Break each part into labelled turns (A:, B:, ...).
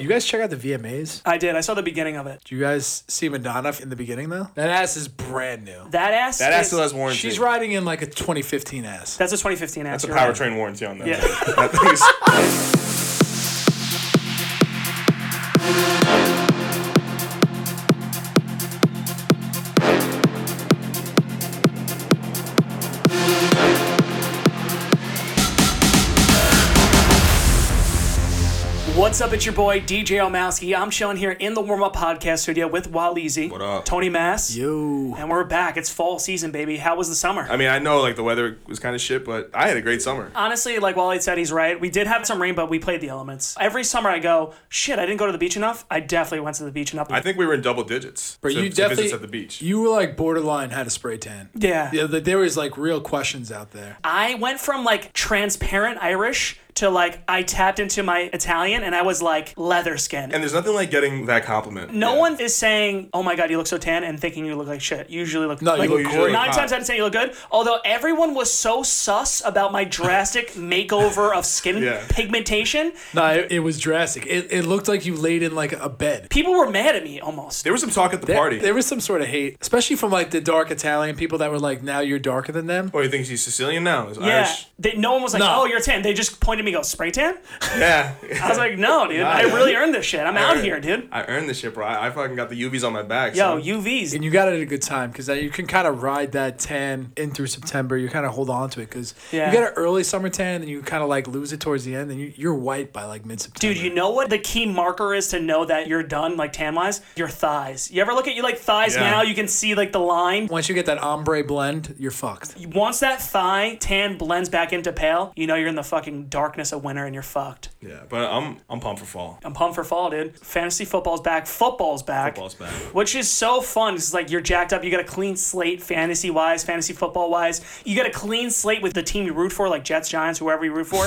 A: you guys check out the VMAs?
B: I did. I saw the beginning of it.
A: Do you guys see Madonna in the beginning though? That ass is brand new.
B: That ass.
C: That ass
B: is-
C: still has warranty.
A: She's riding in like a 2015 ass.
B: That's a 2015 ass.
C: That's a
B: you're right.
C: powertrain warranty on that.
B: Yeah.
C: That thing is-
B: What's up? It's your boy DJ Omowski. I'm chilling here in the Warm Up Podcast studio with Waleezy.
C: What up?
B: Tony Mass.
A: Yo.
B: And we're back. It's fall season, baby. How was the summer?
C: I mean, I know like the weather was kind of shit, but I had a great summer.
B: Honestly, like Wally said, he's right. We did have some rain, but we played the elements. Every summer I go, shit, I didn't go to the beach enough. I definitely went to the beach enough.
C: I think we were in double digits.
A: But
C: to-
A: you
C: to
A: definitely
C: visits at the beach.
A: You were like borderline had a spray tan.
B: Yeah.
A: Yeah, th- there was like real questions out there.
B: I went from like transparent Irish to like I tapped into my Italian and I was like leather skin.
C: and there's nothing like getting that compliment.
B: no
C: Yeah.
B: one is saying, "Oh my god, you look so tan," and thinking you look like shit. You usually look
A: No,
B: like,
A: you look
C: usually
A: great.
B: Nine
C: hot.
B: times out of ten, you look good. Although everyone was so sus about my drastic makeover of skin
C: Yeah.
B: pigmentation,
A: No, it, it was drastic. It, it looked like you laid in like a bed.
B: people were mad at me almost.
C: There was some talk at the party.
A: There was some sort of hate, especially from like the dark Italian people that were like, now you're darker than them.
C: oh, you think she's Sicilian now? It's
B: Yeah,
C: Irish.
B: they, no one was like,
A: No.
B: "Oh, you're tan." They just pointed at me, and go spray tan.
C: Yeah.
B: I was like, "No, dude, I really earned this shit. I'm out
C: earned-
B: here, dude."
C: I earned this shit, bro. I, I fucking got the UVs on my back.
B: Yo,
C: son.
B: UVs.
A: And you got it at a good time because you can kind of ride that tan in through September. You kind of hold on to it because
B: Yeah.
A: you get an early summer tan and you kind of like lose it towards the end and you, you're white by like mid September.
B: Dude, you know what the key marker is to know that you're done, like tan wise? Your thighs. You ever look at your like thighs
C: Yeah.
B: now? You can see like the line.
A: Once you get that ombre blend, you're fucked.
B: Once that thigh tan blends back into pale, you know you're in the fucking darkness of winter and you're fucked.
C: Yeah, but I'm I'm pumped for fall.
B: I'm pumped for fall, dude. Fantasy football's back. Football's back.
C: Football's back.
B: Which is so fun. 'cause It's like you're jacked up. You got a clean slate, fantasy wise, fantasy football wise. You got a clean slate with the team you root for, like Jets, Giants, whoever you root for.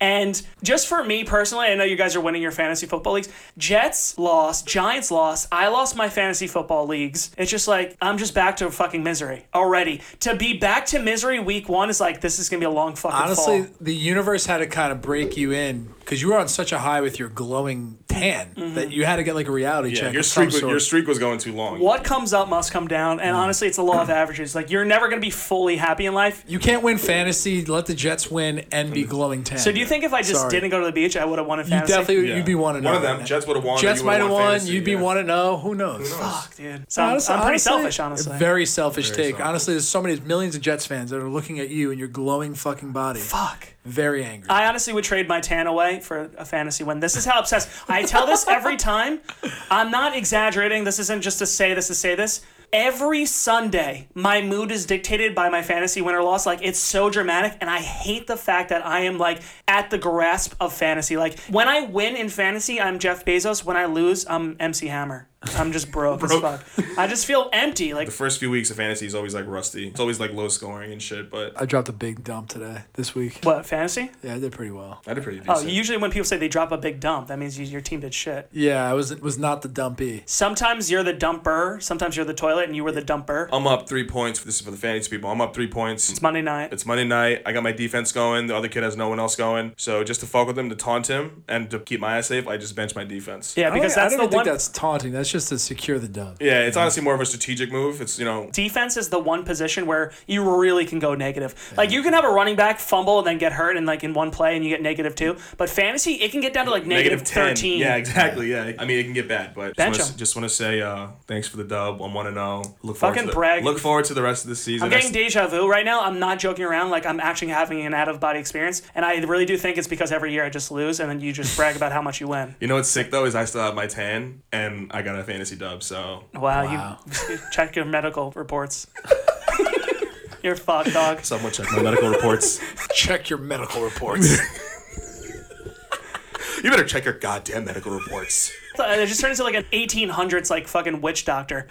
B: And just for me personally, I know you guys are winning your fantasy football leagues. Jets lost, Giants lost. I lost my fantasy football leagues. It's just like I'm just back to fucking misery already. To be back to misery week one is like this is gonna be a long fucking
A: Honestly,
B: fall.
A: the universe had to kind of break you in because you were on such a high with your glowing tan
B: Mm-hmm.
A: that you had to get like a reality
C: Yeah,
A: check.
C: your
A: of some
C: streak was,
A: sort.
C: your streak was going too long.
B: What comes up must come down, and honestly, it's the law of averages. Like you're never gonna be fully happy in life.
A: You can't win fantasy. Let the Jets win and be glowing tan.
B: So do you think if I just
A: Sorry.
B: didn't go to the beach, I would have won in
A: you
B: fantasy?
A: definitely
C: Yeah.
A: you'd be one to know?
C: One of them, Jets would have won.
A: Jets
C: you
A: might
C: would've
A: have
C: won
A: won.
C: fantasy,
A: you'd be
C: yeah.
A: one to know. Who knows?
B: Fuck, dude. So I'm,
A: Honest-
B: I'm pretty
A: honestly,
B: selfish, honestly.
A: Very selfish
C: Very
A: take.
C: selfish.
A: Honestly, there's so many millions of Jets fans that are looking at you and your glowing fucking body.
B: Fuck.
A: Very angry.
B: I honestly would trade my tan away for a fantasy win. This is how obsessed. I tell this every time. I'm not exaggerating. This isn't just to say this to say this. Every Sunday, my mood is dictated by my fantasy win or loss. Like, it's so dramatic, and I hate the fact that I am, like, at the grasp of fantasy. Like, when I win in fantasy, I'm Jeff Bezos. When I lose, I'm MC Hammer. I'm just broke, as
C: Broke.
B: fuck. I just feel empty. Like,
C: The first few weeks of fantasy is always like rusty. It's always like low scoring and shit. But
A: I dropped a big dump today this week.
B: what, fantasy?
A: Yeah, I did pretty well.
C: I did pretty decent.
B: Oh, usually when people say they drop a big dump, that means you, your team did shit.
A: Yeah, I was was not the dumpy.
B: Sometimes you're the dumper, sometimes you're the toilet, and you were the dumper.
A: Oh.
C: I'm up three points. This is for the fantasy people. I'm up three points. It's,
B: It's Monday night.
C: Monday night. I got my defense going. The other kid has no one else going. So just to fuck with him, to taunt him, and to keep my ass safe, I just bench my defense.
B: Yeah,
A: I don't,
B: because that's
A: I don't
B: the
A: even
B: one.
A: think that's taunting. That's just to secure the dub.
C: Yeah, it's honestly more of a strategic move. It's you know
B: Defense is the one position where you really can go negative. Like you can have a running back fumble and then get hurt, and like in one play, and you get negative two. But fantasy, it can get down to like
C: negative
B: negative
C: 10.
B: thirteen.
C: Yeah, exactly. Yeah. I mean, it can get bad, but
B: Bench
C: just wanna-
B: him.
C: just want to say uh, thanks for the dub. I'm 1 0. Look forward
B: Fucking
C: to the,
B: brag.
C: Look forward to the rest of the season.
B: I'm
C: I
B: getting deja vu right now. I'm not joking around. Like I'm actually having an out of body experience, and I really do think it's because every year I just lose, and then you just brag about how much you win.
C: You know what's sick though is I still have my tan and I got a fantasy dub. So
B: Wow, you check your medical reports. You're fucked, dog.
C: someone check my medical reports.
A: Check your medical reports.
C: You better check your goddamn medical reports.
B: It just turns into like an 1800s like fucking witch doctor.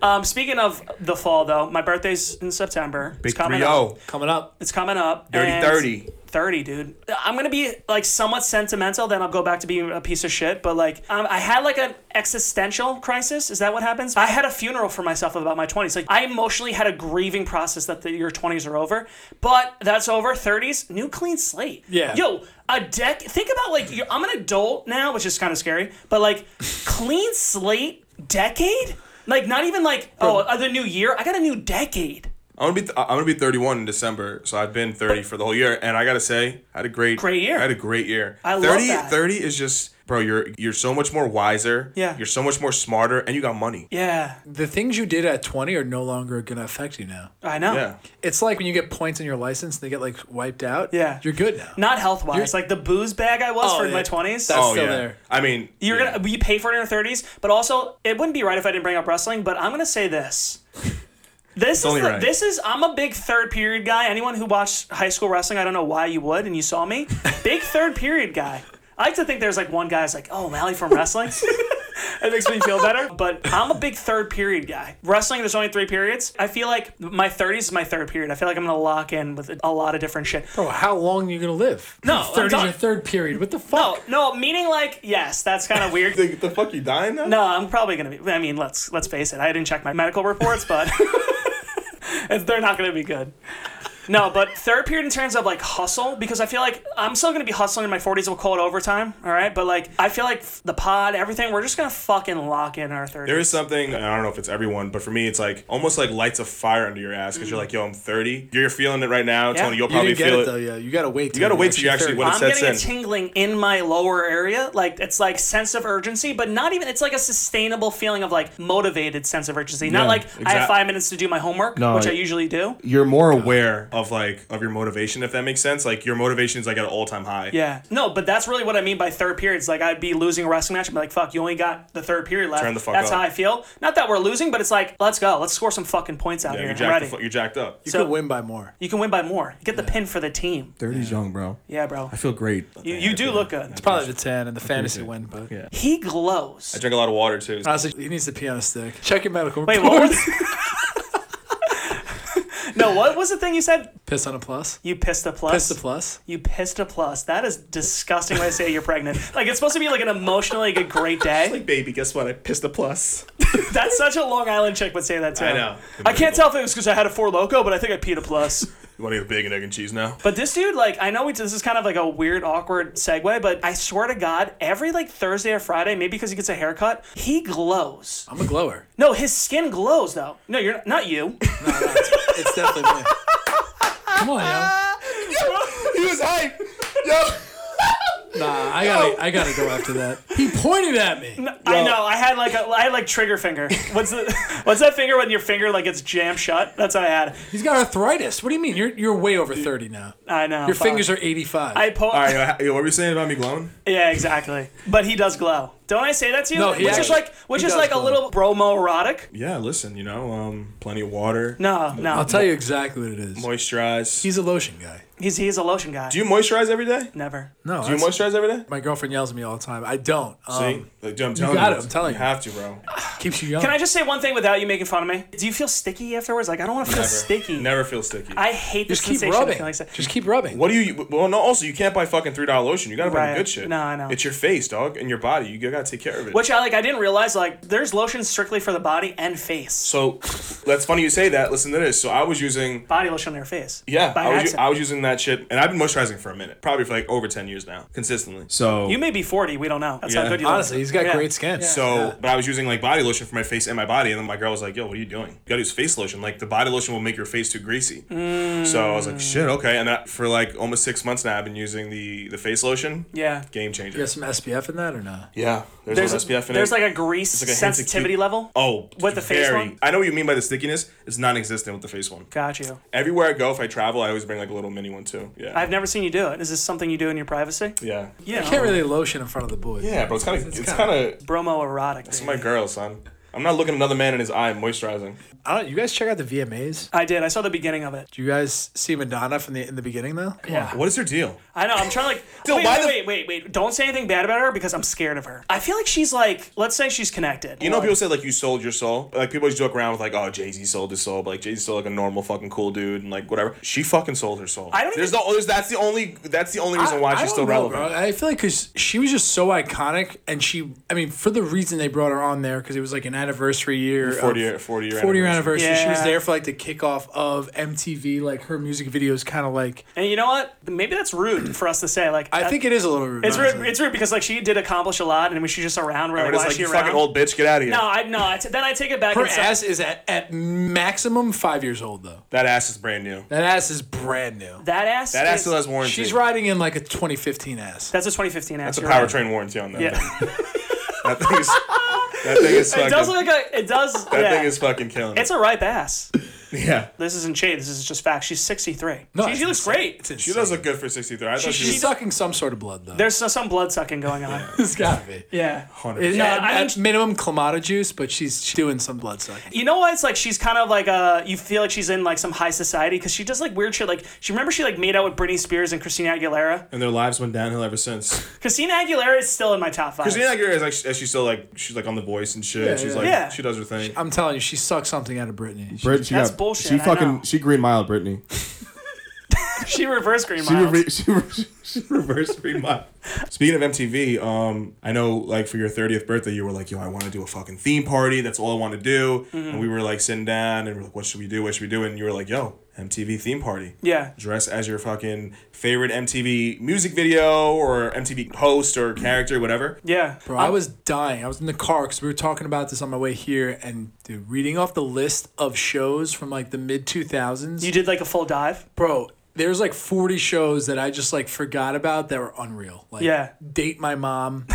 B: Um, speaking of the fall though, my birthday's in September.
C: Big
B: coming
C: three oh.
B: up.
C: zero.
A: Coming up,
B: It's coming up.
C: Dirty
B: and
C: thirty.
B: 30, dude. I'm gonna be like somewhat sentimental, then I'll go back to being a piece of shit. But like, um, I had like an existential crisis. Is that what happens? I had a funeral for myself about my 20s. Like, I emotionally had a grieving process that the, your 20s are over, but that's over. 30s, new clean slate.
A: Yeah.
B: Yo, a deck. Think about like you're, I'm an adult now, which is kind of scary, but like clean slate decade. Like not even like oh uh, the new year. I got a new decade.
C: I'm gonna be th- I'm gonna be 31 in December, so I've been 30 for the whole year, and I gotta say, I had a great
B: Great year.
C: I had a great year.
B: I love
C: 30,
B: that.
C: 30 is just, bro. You're you're so much more wiser.
B: Yeah.
C: You're so much more smarter, and you got money.
B: Yeah,
A: The things you did at 20 are no longer going to affect you now.
B: I know.
C: Yeah.
A: It's like when you get points in your license and they get like wiped out.
B: Yeah.
A: You're good now.
B: Not health wise, like the booze bag I was
A: Oh,
B: for
A: yeah.
B: my 20s.
A: That's-
C: oh
A: still
C: yeah.
A: there.
C: I mean,
B: You're
C: yeah.
B: gonna we pay for it in our 30s, but also it wouldn't be right if I didn't bring up wrestling. But I'm gonna say this. This is
C: only
B: the,
C: right.
B: this is I'm a big third period guy. Anyone who watched high school wrestling, I don't know why you would, and you saw me, big third period guy. I like to think there's like one guy that's like, oh, Mally from wrestling. It makes me feel better. But I'm a big third period guy. Wrestling, there's only three periods. I feel like my 30s is my third period. I feel like I'm gonna lock in with a lot of different shit.
A: Bro, how long are you going to live?
B: No, I'm
A: 30 is
B: done.
A: your third period. What the
B: No,
A: fuck?
B: Oh, no, meaning like yes, that's kind of weird.
C: The, the fuck you dying now?
B: No, I'm probably gonna be. I mean, let's let's face it. I didn't check my medical reports, but they're not gonna be good. No, but third period in terms of like hustle, because I feel like I'm still gonna be hustling in my 40s. We'll call it overtime, all right? But like, I feel like the pod, everything, we're just gonna fucking lock in our 30s.
C: There is something, and I don't know if it's everyone, but for me, it's like almost like lights a fire under your ass because
B: Mm.
C: you're like, yo, I'm 30. You're feeling it right now, Tony. You'll
A: You
C: probably
A: didn't get
C: feel
A: it,
C: it.
A: though, yeah. You got to wait. You
C: gotta wait till you actually- when
B: I'm
C: it sets
B: getting a
C: in.
B: tingling in my lower area. Like it's like sense of urgency, but not even. It's like a sustainable feeling of like motivated sense of urgency. Not
C: Yeah,
B: like I have
C: exact-
B: five minutes to do my homework,
D: No,
B: which I
D: it-
B: usually do.
D: You're more aware.
C: Aware of like of your motivation, if that makes sense. Like your motivation is like at an all time high.
B: Yeah. No, but that's really what I mean by third periods. Like I'd be losing a wrestling match and be like, fuck, you only got the third period left.
C: Turn the fuck
B: That's
C: up.
B: how I feel. Not that we're losing, but it's like, let's go. Let's score some fucking points out
C: Yeah,
B: here.
C: you're
B: I'm
C: jacked.
B: ready.
C: The fu- you're jacked up.
A: You
B: So-
A: could win by more.
B: you can win by more. Get the pin for the team.
D: 30's young, bro.
B: Yeah, bro.
D: I feel great.
B: You, you do look good.
A: Probably the 10 and the fantasy win, but.
D: Yeah.
B: He
C: I
B: glows.
C: drink a lot of water too.
A: Honestly, he needs to pee on a stick. Check your medical
B: Wait,
A: report.
B: what was? no, what was the thing you said?
A: Piss on a plus.
B: You pissed a plus.
A: Piss the plus.
B: You pissed a plus. That is disgusting way to say you're pregnant. Like it's supposed to be like an emotionally like, a great day.
C: baby, guess what? I pissed a plus.
B: That's such a Long Island chick would say that too.
C: I know.
B: I can't tell if it was because I had a four loco, but I think I peed a plus.
C: You want to get a bacon, egg, and cheese now?
B: But this dude, like, I know we, this is kind of like a weird, awkward segue, but I swear to God, every like Thursday or Friday, maybe because he gets a haircut, he glows.
A: I'm a glower.
B: No, his skin glows though. No, you're not you.
A: No, no, it's, it's definitely me. Come on, yo.
C: he was hype. Yo.
A: Nah, I gotta, I gotta go after that. He pointed at me.
B: I know. I had like a, I had like trigger finger. What's the what's that finger when your finger like gets jammed shut? That's what I had.
A: He's got arthritis. What do you mean? You're, you're way over 30 now.
B: I know.
A: Your fingers are 85.
B: I po-
C: All right, yo, ha- yo, what were you saying about me glowing?
B: Yeah, exactly. But he does glow. Don't I say that to you?
A: No, he
B: which is
A: actually-
B: like which
A: he
B: is
A: does
B: like a
A: glow.
B: little bromo erotic.
C: Yeah, listen, you know, um, plenty of water,
B: No, no.
A: I'll tell you exactly what it is.
C: moisturize.
A: He's a lotion guy.
B: He's he's a lotion guy.
C: Do you moisturize every day?
B: Never.
A: No,
C: Do you
A: that's-
C: moisturize every day?
A: my girlfriend yells at me all the time. I don't.
C: See,
A: Um,
C: Like, dude, I'm telling
A: got it,
C: you,
A: I'm telling
C: you
A: you.
C: have to, bro.
A: keeps you young.
B: Can I just say one thing without you making fun of me? Do you feel sticky afterwards? Like I don't want to feel
C: Never.
B: sticky.
C: Never feel sticky.
B: I hate the
A: just keep
B: sensation of
A: rubbing?
B: feeling sticky.
A: Just keep rubbing.
C: what do you? Well, no. Also, you can't buy fucking three dollar lotion. You gotta buy
B: Right.
C: the good shit.
B: No, I know.
C: It's your face, dog, and your body. You gotta take care of it.
B: Which I like. I didn't realize like there's lotion strictly for the body and face.
C: So, that's funny you say that. Listen to this. So I was using.
B: Body lotion on your face.
C: Yeah,
B: By
C: I was, u-
B: accident.
C: I was using that shit, and I've been moisturizing for a minute, probably for like over ten years now, consistently. So
B: you may be 40. We don't know. That's how
C: Yeah.
B: good you look.
A: Honestly, he's got
B: Yeah.
A: great skin.
C: So, but I was using like body lotion for my face and my body, and then my girl was like, "Yo, what are you doing? You gotta use face lotion. Like the body lotion will make your face too greasy." So I was
B: Mm.
C: like, "Shit, okay." And that, for like almost six months now, I've been using the the face lotion.
B: Yeah.
C: Game changer.
A: you got some SPF in that or not?
C: Yeah. There's,
B: There's,
C: no SPF in
B: there's
C: it.
B: like a grease
C: like a hint of
B: sensitivity
C: cute-
B: level.
C: oh
B: with the face one?
C: I know what you mean by the stickiness. It's non-existent with the face one.
B: Got you.
C: Everywhere I go, if I travel, I always bring like a little mini one too. Yeah.
B: I've never seen you do it. Is this something you do in your privacy?
C: yeah.
B: Yeah.
A: Oh. I can't really lotion in front of the boys.
C: Yeah, bro. It's kind of it's
A: kinda-
C: kind of.
B: Bromo erotic.
C: It's my girl, son. I'm not looking another man in his eye moisturizing.
A: I don't, you guys check out the VMAs?
B: I did. I saw the beginning of it.
A: Do you guys see Madonna from the in the beginning though? Come
B: Yeah.
C: What is her deal?
B: I know. I'm trying to like.
C: Still,
B: wait,
C: why
B: wait,
C: the-
B: wait, wait, wait. Don't say anything bad about her because I'm scared of her. I feel like she's like. Let's say she's connected.
C: You know, people say like you sold your soul. Like people always joke around with like, oh, Jay Z sold his soul, but like Jay Z sold like a normal fucking cool dude and like whatever. She fucking sold her soul.
B: I don't
C: There's
B: even-
C: no. There's, that's the only. That's the only reason
A: I-
C: why
A: I
C: she's
A: don't
C: still
A: know,
C: relevant.
A: bro. I feel like because she was just so iconic, and she, I mean, for the reason they brought her on there, because it was like an anniversary year,
C: 40
A: of-
C: year- 40 year
A: anniversary. She was
B: Yeah.
A: there for like the kickoff of MTV. Like her music videos, kind of like
B: And you know what? Maybe that's rude for us to say. Like
A: I think it is a little rude.
B: it's rude.
A: honestly.
B: It's rude because like she did accomplish a lot, and when she's just around, we're like,
C: But
B: why
C: it's
B: is
C: like
B: she
C: you
B: around?
C: fucking old bitch, get out of here.
B: No, I no. I t- then I take it back.
A: Her
B: and say-
A: ass is at, at maximum five years old though.
C: That ass is brand new.
A: That ass is brand new.
B: that ass.
C: That ass
B: is-
C: still has warranty.
A: She's riding in like a 2015 ass.
B: That's a 2015 ass.
C: That's a
B: you're right.
C: powertrain warranty on that.
B: Yeah.
C: Thing. that thing is. That thing is fucking.
B: It does look like a, it does.
C: that
B: yeah.
C: thing is fucking killing.
B: It's a ripe ass.
C: it. Yeah.
B: This isn't shade. This is just fact. She's 63.
A: No,
B: she,
A: it's
B: she looks
A: insane.
B: great.
A: It's insane.
C: She does look good for 63. I thought she,
B: she-
A: She's
C: was
A: sucking some sort of blood though.
B: There's so- some blood sucking going on.
A: It's gotta be.
B: Yeah.
C: 100.
A: It's
B: Yeah,
A: not
B: I mean-
A: at minimum clamato juice, but she's doing some blood sucking.
B: You know why it's like she's kind of like uh you feel like she's in like some high society because she does like weird shit like she remember she like made out with Britney Spears and Christina Aguilera.
C: And their lives went downhill ever since.
B: Christina Aguilera is still in my top five.
C: Christina Aguilera is like she- she's still like she's like on The Voice and shit.
A: Yeah,
C: she's
A: yeah.
C: like
B: Yeah.
C: she does her thing.
A: I'm telling you, she sucked something out of Britney. She-
D: Brit, she
B: That's
D: got,
B: bullshit,
D: She
B: I
D: fucking
B: know.
D: she green miled Brittany.
B: she reverse green
D: She,
B: miles.
D: re- she, re- she
C: Reverse three month. Speaking of MTV, um, I know like for your 30th birthday, you were like, yo, I want to do a fucking theme party. That's all I want to do.
B: Mm-hmm.
C: And we were like sitting down and we're like, what should we do? What should we do? And you were like, yo, MTV theme party.
B: yeah.
C: Dress as your fucking favorite MTV music video or MTV host or character, whatever.
B: Yeah.
A: Bro, I was dying. I was in the car because we were talking about this on my way here, and dude, reading off the list of shows from like the mid 2000s.
B: You did like a full dive.
A: bro there's like 40 shows that i just like forgot about that were unreal like
B: Yeah.
A: date my mom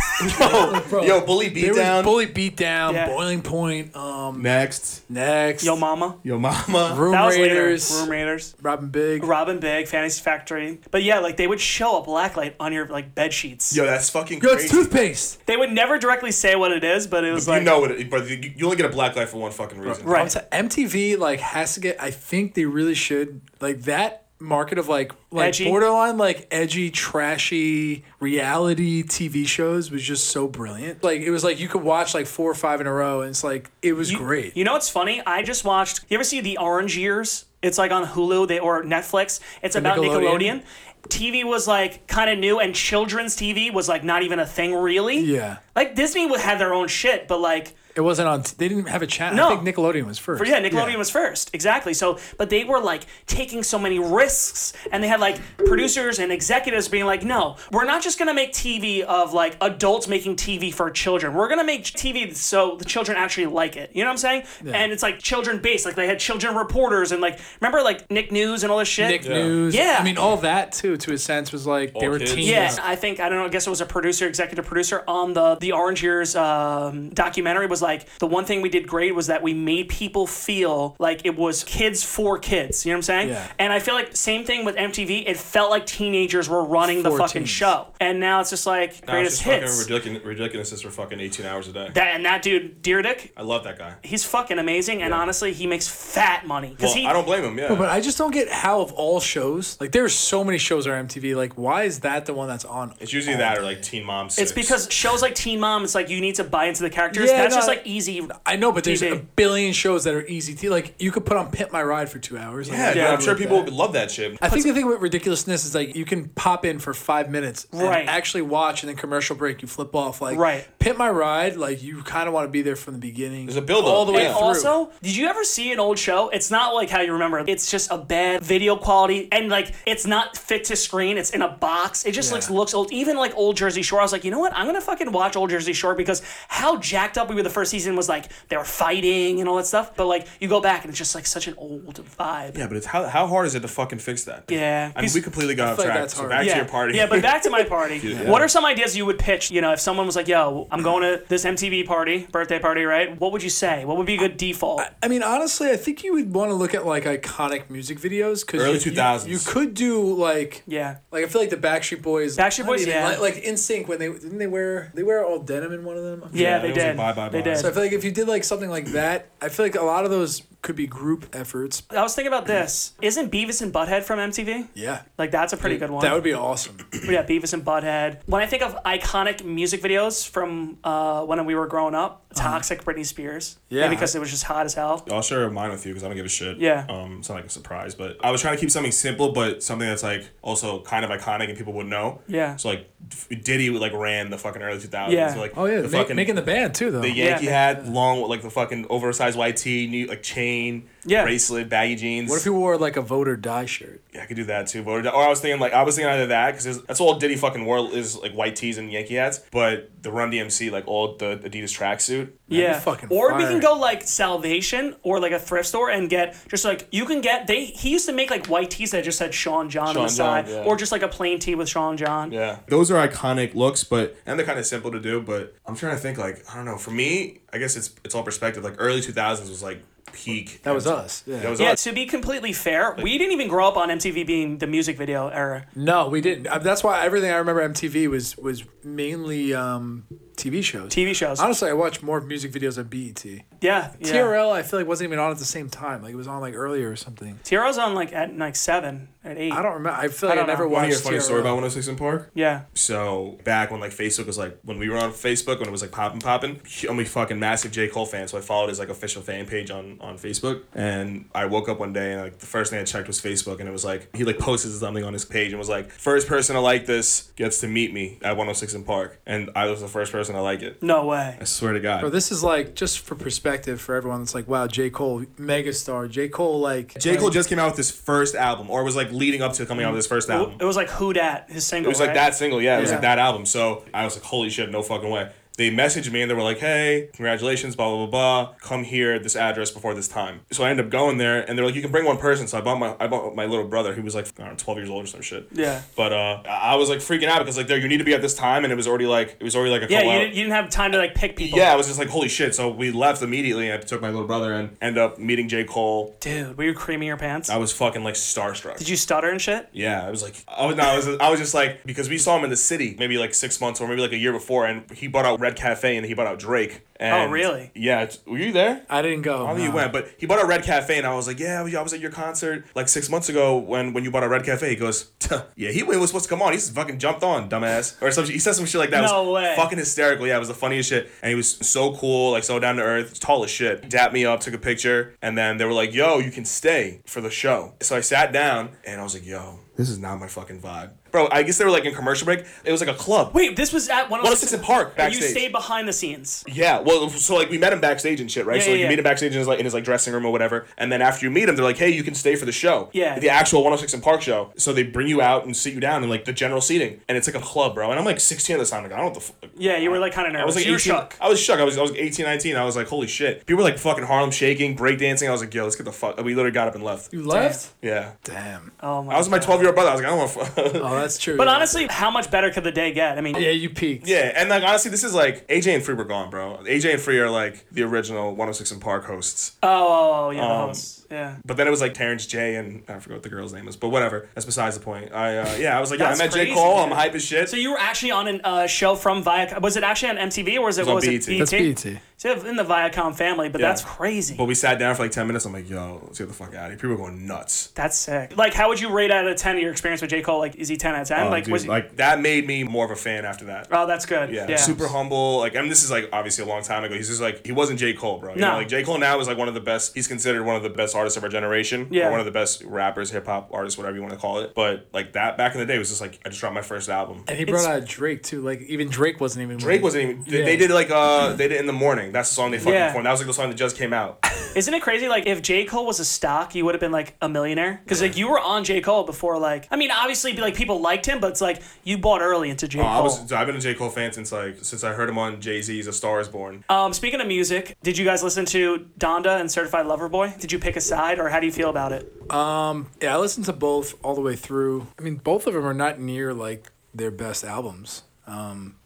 A: Bro,
C: Yo, bully
A: there
C: beat
A: was
C: down.
A: bully beat down
B: Yeah.
A: boiling point um
C: Next,
A: next
B: Yo mama.
C: yo mama.
A: room
B: That was
A: raiders
B: later. Room Raiders.
A: robin big
B: Robin Big, Fantasy Factory. But yeah, like they would show up blacklight on your like bed sheets.
C: Yo, that's fucking
A: yo
C: crazy.
A: it's toothpaste
B: They would never directly say what it is, but it was like
C: you know what? It, but you you only get a black light for one fucking reason.
B: Right.
A: I'm t- mtv like has to get i think they really should like that market of like like
B: Edgy.
A: borderline like edgy trashy reality tv shows was just so brilliant like it was like you could watch like four or five in a row and it's like it was great
B: You know what's funny? I just watched. You ever see the Orange Years? It's like on Hulu they, or Netflix. It's about
A: Nickelodeon?
B: Nickelodeon. TV was like kind of new, and children's TV was like not even a thing really.
A: yeah
B: Like Disney would have their own shit, but like
A: It wasn't on. They didn't have a chat.
B: No.
A: I think Nickelodeon was first.
B: yeah, Nickelodeon was first, exactly. So, but they were like taking so many risks, and they had like producers and executives being like, "No, we're not just gonna make TV of like adults making TV for children. We're gonna make TV so the children actually like it." You know what I'm saying? And it's like children based. Like they had children reporters and like remember like Nick News and all this shit.
A: Nick News.
B: Yeah.
A: I mean, all that too, to a sense, was like they were
C: kids.
A: teens.
B: Yeah, I think I don't know. I guess it was a producer, executive producer on the the Orange Years um, documentary. Was like the one thing we did great was that we made people feel like it was kids for kids. You know what I'm saying?
A: Yeah.
B: And I feel like same thing with MTV. It felt like teenagers were running the
A: For
B: fucking
A: teens.
B: show, and now it's just like
C: Nah,
B: greatest
C: it's
B: hits.
C: just fucking ridiculous, ridiculousness for fucking 18 hours a day.
B: That and that dude Deerdick,
C: I love that guy.
B: he's fucking amazing, and honestly, he makes fat money because
C: Well,
B: he.
C: I don't blame him. Yeah.
A: But I just don't get how of all shows, like there's so many shows on MTV. Like, why is that the one that's on?
C: It's usually that or like Teen Mom.
B: it's because shows like Teen Mom, it's like you need to buy into the characters.
A: Yeah,
B: That's
A: no,
B: just
A: I-
B: like easy.
A: I know, but there's
B: TV.
A: a billion shows that are easy to like. You could put on Pimp My Ride for two hours. Like,
C: yeah, dude,
B: Yeah,
C: I'm sure
A: like
C: people
A: that.
C: would love that shit.
A: I think the thing with ridiculousness is like you can pop in for five minutes and
B: Right.
A: actually watch, and then commercial break you flip off. Like
B: Right.
A: Pimp My Ride, like you kind of want to be there from the beginning. There's
C: a build-up.
A: all the way
B: And
A: through.
B: also, did you ever see an old show? It's not like how you remember. it. It's just a bad video quality, and like it's not fit to screen. It's in a box. It just
A: Yeah.
B: looks looks old. Even like old Jersey Shore, I was like, you know what? I'm gonna fucking watch old Jersey Shore because how jacked up we were the first season was like they were fighting and all that stuff. But like you go back and it's just like such an old vibe.
C: Yeah, but it's how, how hard is it to fucking fix that?
B: Yeah.
C: I mean, we completely got off
A: feel like
C: track.
A: that's
C: So
A: hard.
C: back
B: yeah.
C: to your party.
B: Yeah, but back to my party. What are some ideas you would pitch? You know, if someone was like, "Yo, I'm going to this MTV party, birthday party, right?" What would you say? What would be a good default?
A: I mean, honestly, I think you would want to look at like iconic music videos because
C: Early
A: you, you-
C: 2000s.
A: You, could do like
B: yeah.
A: like I feel like the Backstreet Boys.
B: Backstreet
A: not
B: Boys, yeah.
A: Like, like in sync when they didn't they wear they wear all denim in one of them?
B: Yeah,
C: it
B: they
C: was like
B: did.
C: bye, bye,
B: they
C: bye.
B: did.
C: So
A: So I feel like if you did like something like that, I feel like a lot of those could be group efforts.
B: I was thinking about this. Isn't Beavis and Butthead from MTV?
A: Yeah.
B: Like that's a pretty good one.
A: That would be awesome.
B: yeah, Beavis and Butthead. When I think of iconic music videos from uh, when we were growing up, Toxic Britney Spears.
A: Uh-huh. Yeah.
B: Maybe because it was just hot as hell.
C: I'll share mine with you because I don't give a shit.
B: Yeah.
C: Um, it's not like a surprise, but I was trying to keep something simple, but something that's like also kind of iconic and people would know.
B: Yeah.
C: So like, Diddy like ran the fucking early 2000s.
B: Yeah.
C: Like,
A: Oh yeah,
C: the
A: ma-
C: fucking
A: making the band too though.
C: the
B: Yeah.
C: Yankee hat, long like the fucking oversized white tee, new, like chain,
B: Yeah.
C: bracelet, baggy jeans.
A: what if you wore like a vote or die shirt?
C: yeah, I could do that too. But or I was thinking like I was thinking either that because that's all Diddy fucking wore is like white tees and Yankee hats. But the Run DMC like all the Adidas tracksuit.
B: yeah.
A: fucking
B: or we
A: fire.
B: can go like Salvation or like a thrift store and get just like you can get they he used to make like white tees that just said Sean John on
C: Sean
B: the side
C: John, yeah.
B: or just like a plain tee with Sean John.
C: Yeah, those are iconic looks, but and they're kind of simple to do. But I'm trying to think like I don't know. For me, I guess it's it's all perspective. Like early 2000s was like peak.
A: That was us. Yeah.
C: That was
B: Yeah,
C: us.
B: to be completely fair, we didn't even grow up on MTV being the music video era.
A: No, we didn't. Uh, That's why everything I remember MTV was was mainly um, TV shows.
B: TV shows.
A: Honestly, I watched more music videos on E BET.
B: Yeah. yeah.
A: TRL, I feel like wasn't even on at the same time. Like it was on like earlier or something.
B: TRL's on like at like seven, at eight.
A: I don't remember. I feel like I,
B: don't know.
A: never
C: Want to
A: watched.
C: hear a funny
A: TRL.
C: story about 106 in Park?
B: Yeah.
C: So back when like Facebook was like when we were on Facebook when it was like popping popping, I'm a fucking massive J Cole fan, so I followed his like official fan page on on Facebook. And I woke up one day and like the first thing I checked was Facebook, and it was like he like posted something on his page and was like first person to like this gets to meet me at 106 in Park, and I was the first person to like it.
B: No way.
C: I swear to
A: Bro,
C: God.
A: this is like just for perspective for everyone that's like, wow, J. Cole, megastar. J. Cole, like
C: J. Cole just came out with his first album, or was like leading up to coming out with his first album.
B: It was like Who Dat, his single.
C: It was like
B: right?
C: that single, yeah. It was like
A: Yeah.
C: that album. So I was like, holy shit, no fucking way. They messaged me and they were like, hey, congratulations, blah, blah, blah, blah. Come here at this address before this time. So I ended up going there and they're like, you can bring one person. So I bought my I bought my little brother who was like, I don't know, 12 years old or some shit.
B: Yeah.
C: But uh, I I was like freaking out because like, there, you need to be at this time. And it was already like, it was already like a
B: Yeah,
C: call
B: you
C: out.
B: didn't, you didn't have time to like pick people.
C: yeah, I was just like, holy shit. So we left immediately and I took my little brother and ended up meeting J. Cole.
B: Dude, were you creaming your pants?
C: I was fucking like starstruck.
B: Did you stutter and shit?
C: Yeah, I was like, I was, no, I was, I was just like, because we saw him in the city maybe like six months or maybe like a year before, and he bought out Red Cafe and he bought out Drake. And
B: really?
C: Yeah, it's- were you there?
A: I didn't go.
C: I don't think you
A: no.
C: went, but he bought out Red Cafe, and I was like, yeah, I was at your concert like six months ago when when you bought out Red Cafe. He goes, "Tuh, yeah, he was supposed to come on. He's fucking jumped on, dumbass, or some. shit. He said some shit like that. It was
B: No way.
C: Fucking hysterical. Yeah, it was the funniest shit, and he was so cool, like so down to earth, tall as shit. Dapped me up, took a picture, and then they were like, yo, you can stay for the show. So I sat down, and I was like, yo, this is not my fucking vibe, bro. I guess they were like in commercial break. It was like a club.
B: Wait, this was at 106
C: 106 in Park,
B: But You
C: backstage.
B: stayed behind the scenes.
C: Yeah, well, so like we met him backstage and shit, right?
B: Yeah,
C: so like,
B: yeah,
C: you meet
B: yeah.
C: him backstage in his like in his like dressing room or whatever, and then after you meet him, they're like, "Hey, you can stay for the show."
B: Yeah.
C: The actual 106 and Park show. So they bring you out and sit you down in like the general seating, and it's like a club, bro. And I'm like 16 at this time, like I don't know what the. F-
B: Yeah, you were like kind of nervous.
C: I was like
B: you were
C: 18
B: shook.
C: I was shook. I was I was 18, 19. I was like, holy shit. People were like fucking Harlem shaking, breakdancing. I was like, yo, let's get the fuck. We literally got up and left.
A: You left?
C: Yeah.
A: Damn.
B: Oh my.
C: I was with my 12 year old brother. I was like, I don't want to. Fuck.
A: Oh, that's true.
B: But honestly, how much better could the day get? I mean,
A: yeah, you peaked.
C: Yeah, and like honestly, this is like AJ and Free were gone, bro. AJ and Free are like the original 106 and Park hosts.
B: oh, yeah,
C: Um,
B: the host. yeah.
C: But then it was like Terrence J and I forgot what the girl's name is, but whatever. That's besides the point. I uh, yeah, I was like, yeah, I
B: That's
C: met J
B: crazy,
C: Cole. I'm
B: dude.
C: hype as shit.
B: So you were actually on a uh, show from Viacom. Was it actually on MTV or was it,
C: on E
B: was
C: BET.
B: it
A: That's
B: BET?
A: BET.
B: So in the Viacom family, but that's crazy.
C: but we sat down for like ten minutes. I'm like, yo, let's get the fuck out of here. People are going nuts.
B: that's sick. Like, how would you rate out of ten your experience with J Cole? Like, is he ten out of ten?
C: Uh,
B: like,
C: dude,
B: was he,
C: like that made me more of a fan after that.
B: oh, that's good.
C: Yeah,
B: Yeah,
C: super humble. Like, I mean, this is like obviously a long time ago. He's just like he wasn't J Cole, bro. You
B: No.
C: know, like J Cole now is like one of the best. He's considered one of the best artists of our generation.
B: Yeah.
C: or one of the best rappers, hip hop artists, whatever you want to call it. But like that back in the day was just like I just dropped my first album.
A: And he brought out Drake too. Like even Drake wasn't even.
C: Drake wasn't even. They, they
A: Yeah.
C: did like uh, they did in the morning. That's the song they fucking
B: Yeah.
C: formed. That was like the song that just came out.
B: Isn't it crazy? Like, if J. Cole was a stock, you would have been like a millionaire. Because, like, you were on J. Cole before, like, I mean, obviously, like, people liked him, but it's like you bought early into J. Cole.
C: Oh, I was. I've been a J Cole fan since like since I heard him on Jay Z's "A Star Is Born."
B: um, speaking of music, did you guys listen to Donda and Certified Lover Boy? Did you pick a side, or how do you feel about it?
A: Yeah, I listened to both all the way through. I mean, both of them are not near like their best albums.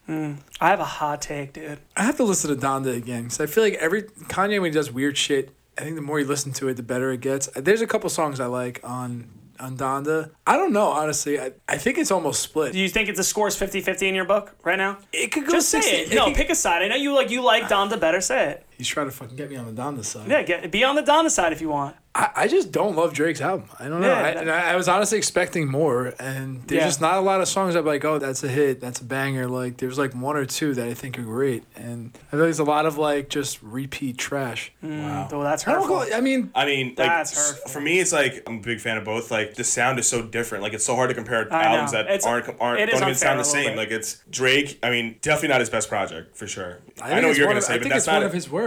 B: I have a hot take, dude.
A: I have to listen to Donda again because I feel like every Kanye when he does weird shit, I think the more you listen to it, the better it gets. There's a couple songs I like on Undanda. I don't know, honestly. I, I think it's almost split.
B: Do you think it's the score's 50-50 in your book right now?
A: It could go
B: Just say
A: 60.
B: it. No,
A: could-
B: pick a side. I know you like you like Donda better. Say it.
A: He's trying to fucking get me on the Donda side.
B: Yeah, get be on the Donda side if you want.
A: I, I just don't love Drake's album. I don't know.
B: Yeah,
A: I,
B: that-
A: and I, I was honestly expecting more, and there's
B: Yeah.
A: just not a lot of songs I'm like, oh, that's a hit, that's a banger. Like, there's like one or two that I think are great, and I feel like there's a lot of like just repeat trash.
B: Mm.
C: Wow.
B: Well, that's
A: I don't
B: hurtful.
A: call. I mean,
C: I mean, like
B: That's
C: s-
B: hurtful.
C: for me, it's like I'm a big fan of both. Like the sound is so different. Like it's so hard to compare
B: I
C: albums
B: know.
C: that
B: It's-
C: aren't aren't
B: it is
C: don't
B: unfair
C: even sound
B: a
C: the
B: little
C: same.
B: bit.
C: Like it's Drake. I mean, definitely not his best project for sure.
A: I,
C: I,
A: think
C: know what
A: it's
C: you're
A: one
C: gonna
A: of-
C: say,
A: I
C: but
A: think
C: that's
A: it's one
C: not.
A: of his worst.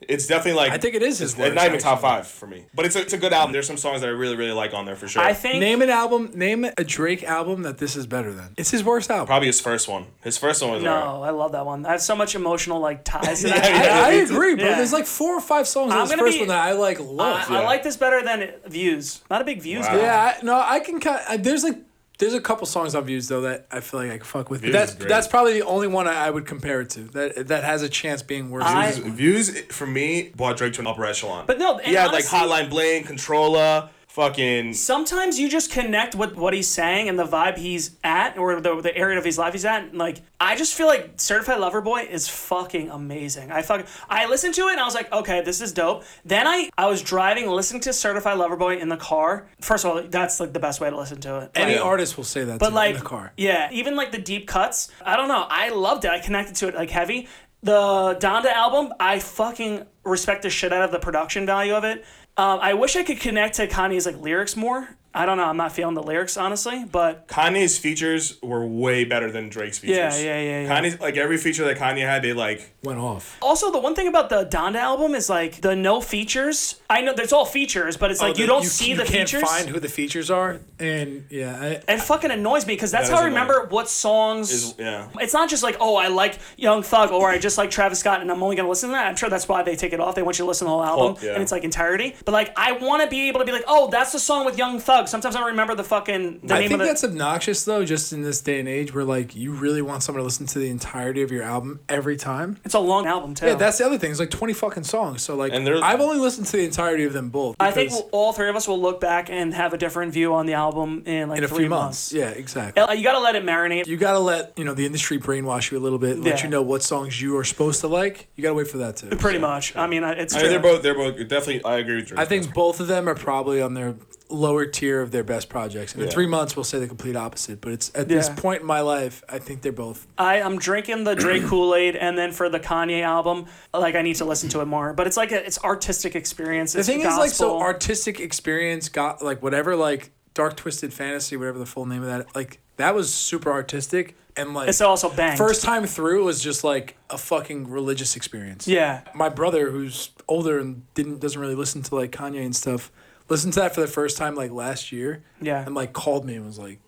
C: it's definitely like
A: I think it is his
C: it's
A: worst,
C: not even top
A: actually.
C: five for me. But it's a, it's a good album. There's some songs that I really really like on there for sure.
B: I think
A: Name an album. Name a Drake album that this is better than. It's his worst album.
C: probably his first one. His first one was alright.
B: No, I love that one. I have so much emotional like ties to that.
C: Yeah, yeah.
A: I, I agree, bro.
B: Yeah.
A: There's like four or five songs
B: I'm
A: on this
B: gonna
A: first
B: be-
A: one that I like love.
B: I, I like this better than Views. Not a big Views
C: Wow.
B: guy.
A: Yeah, I, Uh, no, I can kind. I, there's like there's a couple songs on Views though that I feel like I can fuck with. But
C: Views is
A: that's
C: great.
A: that's probably the only one I, I would compare it to that that has a chance being worse.
B: I-
A: than-
C: Views views for me brought Drake to an upper echelon.
B: But no, and
C: yeah,
B: honestly-
C: like Hotline Bling, Controlla, fucking
B: Sometimes you just connect with what he's saying and the vibe he's at, or the, the area of his life he's at. And like, I just feel like Certified Lover Boy is fucking amazing. I fucking I listened to it and I was like, okay, this is dope. Then I I was driving, listening to Certified Lover Boy in the car. First of all, that's like the best way to listen to it.
A: Any
B: Like,
A: artist will say that.
B: but
A: to
B: like
A: in the car.
B: Yeah, even like the deep cuts. I don't know. I loved it. I connected to it like heavy. The Donda album, I fucking respect the shit out of the production value of it. Um, I wish I could connect to Kanye's like lyrics more. I don't know. I'm not feeling the lyrics honestly, but
C: Kanye's features were way better than Drake's features.
B: yeah, yeah, yeah.
C: Kanye's like every feature that Kanye had, they like
A: Went off.
B: also the one thing about the Donda album is like the no features. I know there's all features, but it's like you don't see
A: Oh, you
B: the
A: can't
B: features.
A: Find who the features are, and yeah, I,
B: it fucking annoys me because that's
C: That
B: how I
C: is annoying.
B: remember what songs
C: is yeah.
B: It's not just like, oh, I like Young Thug or I just like Travis Scott and I'm only going to listen to that. I'm sure that's why they take it off. They want you to listen to the whole
A: Oh,
B: album
C: yeah.
B: and it's like entirety. But like, I want to be able to be like, oh, that's the song with Young Thug. Sometimes I don't remember the fucking the
A: I
B: name
A: think
B: of it.
A: that's obnoxious though. Just in this day and age, where like you really want someone to listen to the entirety of your album every time.
B: It's a long album too.
A: Yeah, that's the other thing. It's like twenty fucking songs. So like,
C: And they're-
A: I've only listened to the entirety of them both.
B: I think
A: because
B: we'll, all three of us will look back and have a different view on the album in like
A: in a
B: three
A: few months. Yeah, exactly.
B: Uh, You got to let it marinate.
A: you gotta let you know the industry brainwash you a little bit, and let
B: Yeah.
A: you know what songs you are supposed to like. You gotta wait for that too.
B: Pretty much. I mean, I- it's
C: I
B: true.
C: mean, they're both they're both definitely I agree with Drake.
A: I think both of them are probably on their lower tier of their best projects, and in
C: Yeah.
A: three months we'll say the complete opposite. But it's at this
B: Yeah.
A: point in my life, I think they're both.
B: I, I'm drinking the Drake Kool Aid, and then for the Kanye album, like I need to listen to it more. But it's like a, it's artistic experience.
A: The thing is, like, so artistic experience got like whatever, like dark twisted fantasy, whatever the full name of that, like that was super artistic and like
B: It's also banged.
A: First time through was just like a fucking religious experience.
B: Yeah.
A: my brother who's older and didn't doesn't really listen to like Kanye and stuff listened to that for the first time like last year.
B: Yeah.
A: and like called me and was like,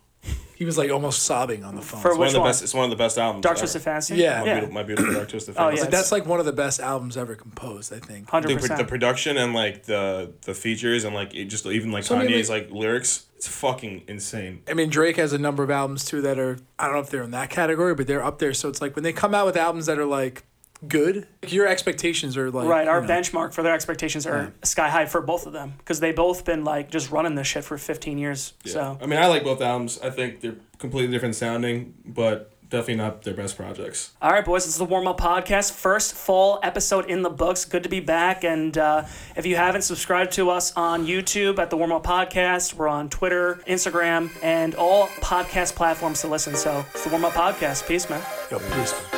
A: he was like almost sobbing on the phone.
B: For
A: It's
C: it's one
B: which
C: of the
B: one?
C: best. It's one of the best albums.
B: Dark
C: ever.
B: Twisted Fantasy?
A: Yeah.
C: My beautiful, my beautiful Dark Twisted
B: Oh,
C: Fantasy.
B: yeah.
A: like, that's like one of the best albums ever composed. I think.
B: 100%.
C: The, pro- the production and like the the features and like it just even like
A: I mean,
C: Kanye's like lyrics, it's fucking insane.
A: I mean, Drake has a number of albums too that are I don't know if they're in that category, but they're up there. So it's like when they come out with albums that are like good, like, your expectations are like
B: right,
A: you
B: our
A: know,
B: benchmark for their expectations are sky high for both of them because they both been like just running this shit for 15 years. So,
C: I mean, I like both albums. I think they're completely different sounding, but definitely not their best projects.
B: all right, boys, this is the warm up podcast. First fall episode in the books. Good to be back. And uh, if you haven't subscribed to us on YouTube at the warm up podcast, we're on Twitter, Instagram, and all podcast platforms to listen. So, it's the warm up podcast. Peace, man.
A: yo, peace.